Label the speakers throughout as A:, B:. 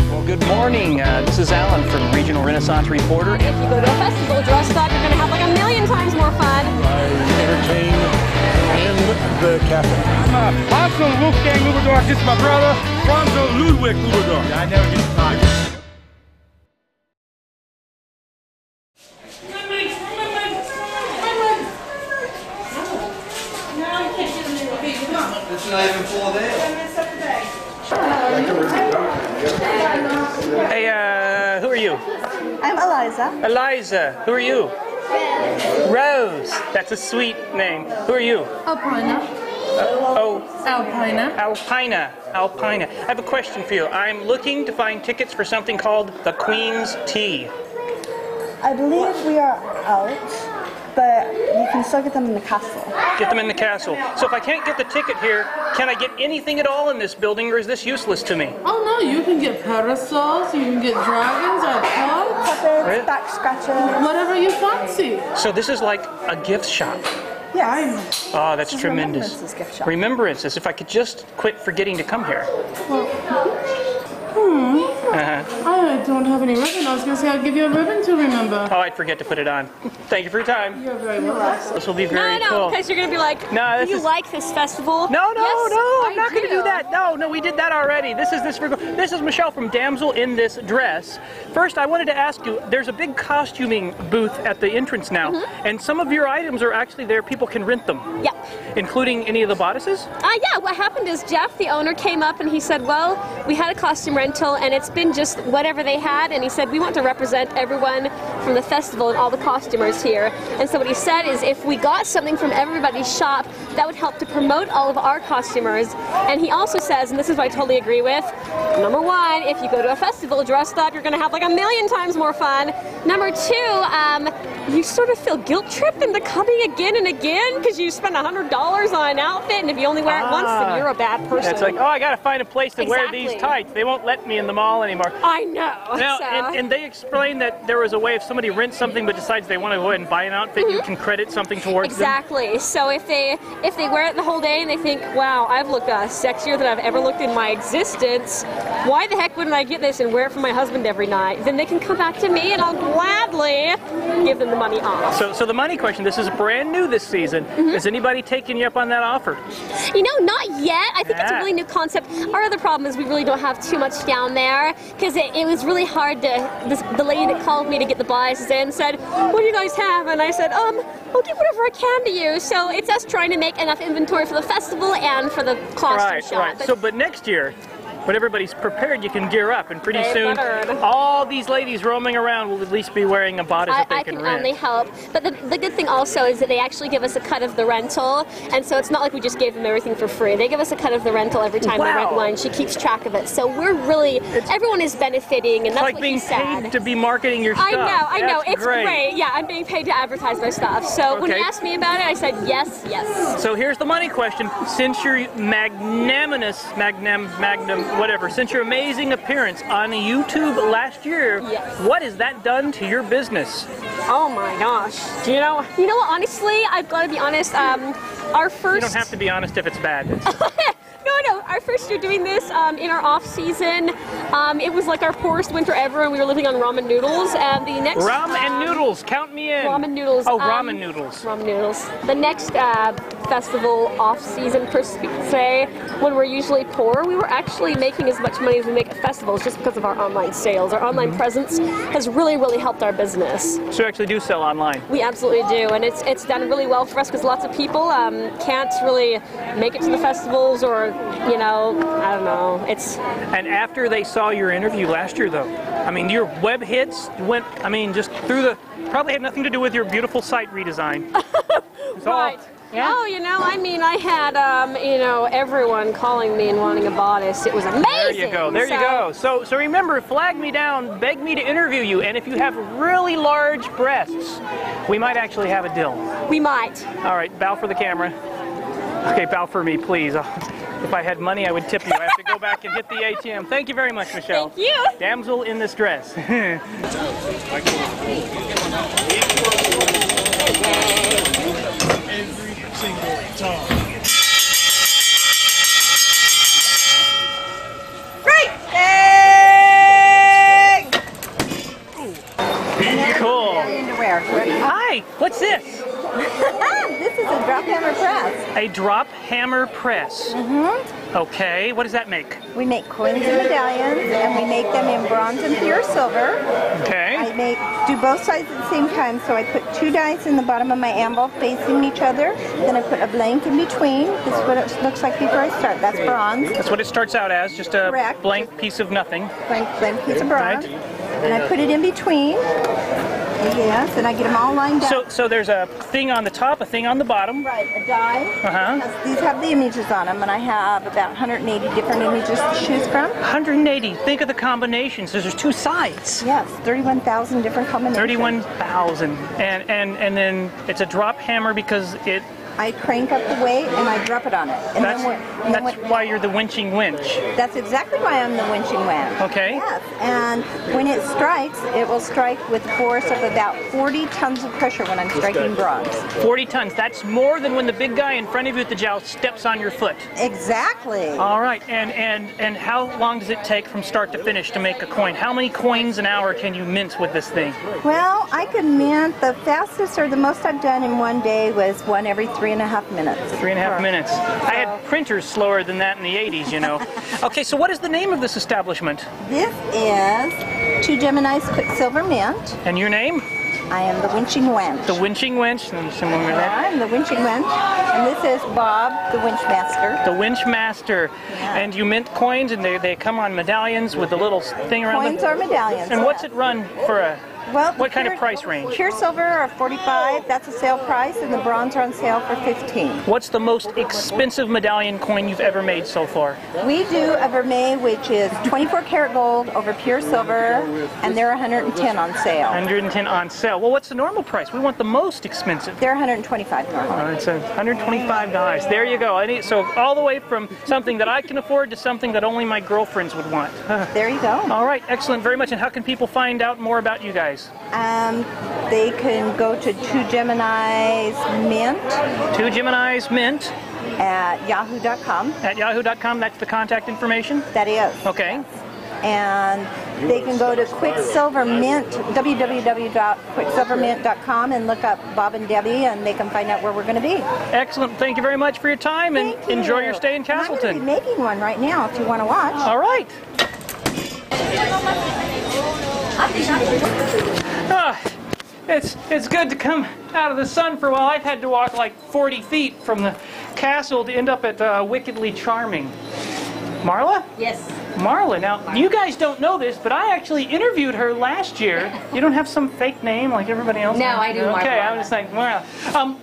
A: Well, good morning. Uh, this is Alan from Regional Renaissance Reporter.
B: If you go to a festival dressed up, you're going to have like a million times more fun.
C: I entertain in the cafe.
D: I'm from Wolfgang Ludendorff. This is my brother, Franzo Ludwig Ludendorff. I never get tired.
E: Women, women, women. No, I can't get them in the beat. Come on.
F: It's not even full there.
E: Women, set the day.
A: Hey, uh, who are you?
G: I'm Eliza.
A: Eliza. Who are you? Rose. That's a sweet name. Who are you?
G: Alpina.
A: Oh,
G: Alpina.
A: Alpina. Alpina. I have a question for you. I'm looking to find tickets for something called the Queen's Tea.
G: I believe we are out, but you can still get them in the castle.
A: Get them in the castle. So if I can't get the ticket here, can I get anything at all in this building, or is this useless to me?
H: Oh no, you can get parasols, you can get dragons or toads,
G: Puppets,
A: Really?
G: back scratchers.
H: whatever you fancy.
A: So this is like a gift shop.
G: Yes.
A: Oh, that's
G: This is
A: tremendous.
G: Remembrance's gift shop.
A: Remembrances. If I could just quit forgetting to come here.
H: hmm. I don't have any ribbon. I was gonna say I'll give you a ribbon to remember.
A: Oh, I'd forget to put it on. Thank you for your time.
H: You're very welcome.
A: This will be
B: No,
A: very
B: no,
A: cool.
B: because you're going to be like,
A: No, this
B: do you
A: is-
B: like this festival?
A: No, no,
B: Yes,
A: no! I'm
B: I
A: not going to do
B: do.
A: that. No, no, we did that already. This is this. This is Michelle from Damsel in This Dress. First, I wanted to ask you. There's a big costuming booth at the entrance now,
B: Mm-hmm.
A: and some of your items are actually there. People can rent them,
B: Yeah.
A: including any of the bodices.
B: Uh, yeah, what happened is Jeff, the owner, came up and he said, Well, we had a costume rental and it's been just whatever they had. And he said, We want to represent everyone from the festival and all the costumers here. And so what he said is, if we got something from everybody's shop, that would help to promote all of our costumers. And he also says, and this is what I totally agree with number one, if you go to a festival dressed up, you're going to have like a million times more fun. Number two, um, you sort of feel guilt tripped into coming again and again because you spend $100 on an outfit and if you only wear at once,
A: Ah.
B: then you're a bad person.
A: It's like, oh, I got to find a place to wear these
B: Exactly.
A: tights. They won't let me in the mall anymore.
B: I know.
A: Now,
B: so.
A: and, and they explained that there was a way if somebody rents something but decides they want to go ahead and buy an outfit, you
B: Mm-hmm.
A: can credit something towards them.
B: exactly. So if they if they wear it the whole day and they think, wow, I've looked uh, sexier than I've ever looked in my existence, why the heck wouldn't I get this and wear it for my husband every night? Then they can come back to me and I'll gladly give them the money off.
A: So, so the money question. This is brand new this season.
B: Mm-hmm.
A: Is anybody taking you up on that offer?
B: You know, not yet. I think it's a
A: Yeah.
B: really new concept. Our other problem is we really don't have too much down there because it, it was really hard to. This, the lady that called me to get the biases in said, "What do you guys have?" And I said, "Um, I'll give whatever I can to you." So it's us trying to make enough inventory for the festival and for the costume
A: right,
B: shop.
A: right.
B: But
A: So, but next year. When everybody's prepared, you can gear up, and pretty
B: They
A: soon,
B: better.
A: all these ladies roaming around will at least be wearing a bodice
B: I,
A: that they
B: I
A: can,
B: can
A: rent.
B: only help. But the, the good thing also is that they actually give us a cut of the rental, and so it's not like we just gave them everything for free. They give us a cut of the rental every time we
A: Wow.
B: rent one. She keeps track of it, so we're really everyone is benefiting, and
A: it's
B: that's
A: like
B: what
A: being
B: he said.
A: paid to be marketing your
B: I
A: stuff.
B: know, I know.
A: That's
B: It's great. Yeah, I'm being paid to advertise my stuff. So when he
A: Okay.
B: asked me about it, I said yes, yes.
A: So here's the money question. Since your magnanimous, magnam, magnum, whatever, since your amazing appearance on YouTube last year,
B: Yes.
A: what has that done to your business?
B: Oh my gosh. Do you know? You know what? Honestly, I've got to be honest. Um, our first.
A: You don't have to be honest if it's bad.
B: No, no. Our first year doing this um, in our off season, um, it was like our poorest winter ever, and we were living on ramen noodles. And the next
A: Ramen and
B: um,
A: noodles, count me in.
B: Ramen noodles.
A: Oh,
B: um,
A: ramen noodles.
B: Ramen noodles. The next uh, festival off season per se, when we're usually poor, we were actually making as much money as we make at festivals just because of our online sales. Our online
A: Mm-hmm.
B: presence has really, really helped our business.
A: So you actually do sell online.
B: We absolutely do, and it's it's done really well for us because lots of people um, can't really make it to the festivals, or you know, I don't know. It's
A: And after they saw your interview last year, though, I mean, your web hits went, I mean, just through the, probably had nothing to do with your beautiful site redesign. It's all-
B: Right. Oh, you know, I mean, I had, um, you know, everyone calling me and wanting a bodice. It was amazing.
A: There you go. There you
B: So-
A: go. So so remember, flag me down, beg me to interview you, and if you have really large breasts, we might actually have a deal.
B: We might.
A: All right, bow for the camera. Okay, bow for me, please. Oh, If I had money, I would tip you. I have to go back and hit the ATM. Thank you very much, Michelle.
B: Thank you.
A: Damsel in this dress.
E: Great day!
A: What's this?
F: Ah, this is a drop hammer press.
A: A drop hammer press. Mm-hmm. Okay, what does that make?
F: We make coins and medallions, and we make them in bronze and pure silver. I
A: Okay.
F: make do both sides at the same time, so I put two dice in the bottom of my anvil facing each other. Then I put a blank in between. This is what it looks like before I start. That's bronze.
A: That's what it starts out as, just a
F: Correct.
A: blank piece of nothing.
F: blank, blank piece of bronze,
A: Right.
F: and I put it in between. Yes, and I get them all lined up.
A: So, so there's a thing on the top, a thing on the bottom.
F: right, a die.
A: Uh-huh.
F: Has- These have the images on them, and I have about 180 different images to choose from.
A: 180. Think of the combinations. There's there's two sides.
F: Yes, 31,000 different combinations.
A: 31,000. And and and then it's a drop hammer because it
F: I crank up the weight and I drop it on it. And
A: that's
F: then when- and then
A: that's
F: when-
A: why you're the winching winch.
F: That's exactly why I'm the winching wind.
A: Okay.
F: Yes, and when it strikes, it will strike with force of about 40 tons of pressure when I'm striking bronze.
A: 40 tons. That's more than when the big guy in front of you at the joust steps on your foot.
F: Exactly.
A: All right. And and and how long does it take from start to finish to make a coin? How many coins an hour can you mince with this thing?
F: Well, I could mint the fastest or the most I've done in one day was one every three and a half minutes.
A: Three and a half minutes. I had printers slower than that in the 80s, you know. okay, so what is the name of this establishment?
F: This is two Gemini's Quicksilver Mint.
A: And your name?
F: I am the winching wench.
A: The Winching Winch. And someone with that.
F: I'm the winching wench, and this is Bob, the winch master.
A: The Winch Master. And you mint coins, and they, they come on medallions with a little thing around
F: Coins
A: them.
F: or medallions?
A: And what's
F: yes.
A: it run for a?
F: Well,
A: what
F: the
A: kind of
F: pure-
A: price range?
F: Pure silver are 45. That's a sale price, and the bronze are on sale for 15.
A: What's the most expensive medallion coin you've ever made so far?
F: We do a vermeil, which is 24 karat gold over pure silver, and they're 110 on sale.
A: 110 on sale. Well, what's the normal price? We want the most expensive.
F: They're 125 normally.
A: Uh, it's a $125. There you go. Any, so all the way from something that I can afford to something that only my girlfriends would want.
F: There you go.
A: All right, excellent, very much. And how can people find out more about you guys?
F: Um, they can go to Two Gemini's Mint
A: Two Gemini's Mint
F: at yahoo.com.
A: at yahoo.com. That's the contact information.
F: That is.
A: Okay.
F: And they can go to Quicksilver Mint, www.quicksilvermint.com, and look up Bob and Debbie, and they can find out where we're going to be.
A: Excellent. Thank you very much for your time and
F: Thank you.
A: enjoy your stay in
F: And I'm gonna
A: Castleton.
F: be making one right now if you want to watch.
A: All right. Ah, it's it's good to come out of the sun for a while. I've had to walk like 40 feet from the castle to end up at uh, Wickedly Charming. Marla?
I: Yes.
A: Marla. Now, you guys don't know this, but I actually interviewed her last year. You don't have some fake name like everybody else?
I: No, I do, Marla.
A: Okay, I was like, Marla. Um,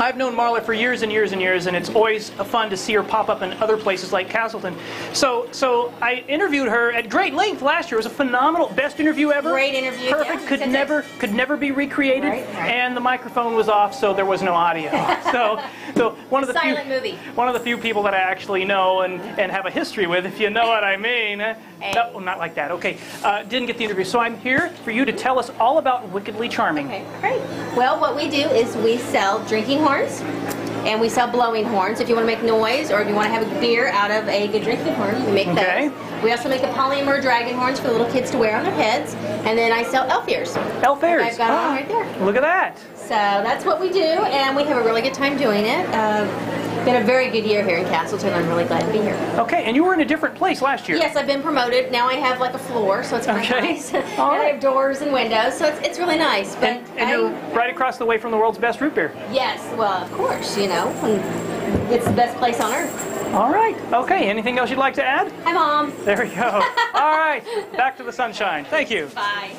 A: I've known Marla for years and years and years, and it's always fun to see her pop up in other places like Castleton. So, so I interviewed her at great length last year. It was a phenomenal, best interview ever.
I: Great interview,
A: Perfect.
I: yeah.
A: Could
I: That's it.
A: never, could never be recreated.
I: Right, right.
A: And the microphone was off, so there was no audio. so, so one of the few-
I: Silent movie.
A: one of the few people that I actually know and, and have a history with, if you know what I mean. No, not like that. Okay. Uh, didn't get the interview. So I'm here for you to tell us all about Wickedly Charming.
I: Okay, great. Well, what we do is we sell drinking horns and we sell blowing horns. If you want to make noise or if you want to have a beer out of a good drinking horn, we make
A: Okay.
I: those. We also make the polymer dragon horns for the little kids to wear on their heads. And then I sell elf ears.
A: Elf ears.
I: I've got one right there.
A: Look at that.
I: So that's what we do, and we have a really good time doing it. Uh, been a very good year here in Castleton. I'm really glad to be here.
A: Okay. And you were in a different place last year.
I: Yes, I've been promoted. Now I have like a floor, so it's kind
A: Okay.
I: of nice. and
A: All
I: I
A: right.
I: have doors and windows, so it's, it's really nice. But
A: And, and
I: I-
A: you're right across the way from the world's best root beer.
I: yes, well, of course, you know, and it's the best place on earth.
A: All right. Okay. Anything else you'd like to add?
I: Hi, mom.
A: There we go. all right. Back to the sunshine. Thank you.
I: Bye.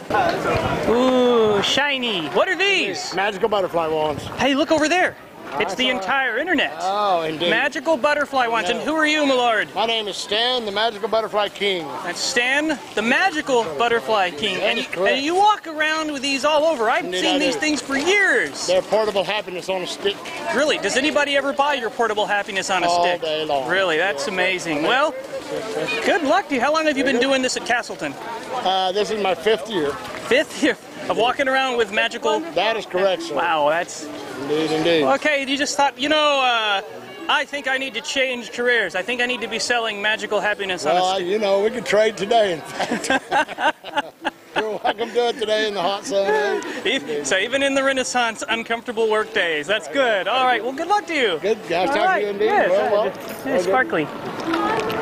A: Ooh, shiny. What are these?
C: Magical butterfly wands.
A: Hey, look over there. It's the
C: saw it.
A: entire internet.
C: Oh, indeed.
A: Magical butterfly wands. And
C: No.
A: who are you, milord?
C: My name is Stan, the Magical Butterfly King.
A: That's Stan, the magical butterfly king.
C: That
A: And
C: is
A: you,
C: correct.
A: and you walk around with these all over. I've
C: Indeed I
A: seen
C: do.
A: these things for years.
C: They're portable happiness on a stick.
A: Really, does anybody ever buy your portable happiness on a
C: All
A: stick?
C: day long.
A: Really, that's amazing. Well, good luck to you. How long have you been doing this at Castleton?
C: Uh, this is my fifth year.
A: Fifth year of walking around with magical.
C: That is correct, sir.
A: Wow, that's
C: Indeed, indeed.
A: okay. You just thought, you know, uh, I think I need to change careers. I think I need to be selling magical happiness on a
C: Well,
A: stick.
C: you know, we could trade today. In fact, You're welcome to it today in the hot sun. eh?
A: If- so even in the Renaissance, uncomfortable work days. That's good. All right. Well, good luck to you.
C: Good. Nice
A: All
C: talking to
A: right.
C: you indeed.
A: Yes.
C: Well, well.
A: It's sparkly.
C: Well,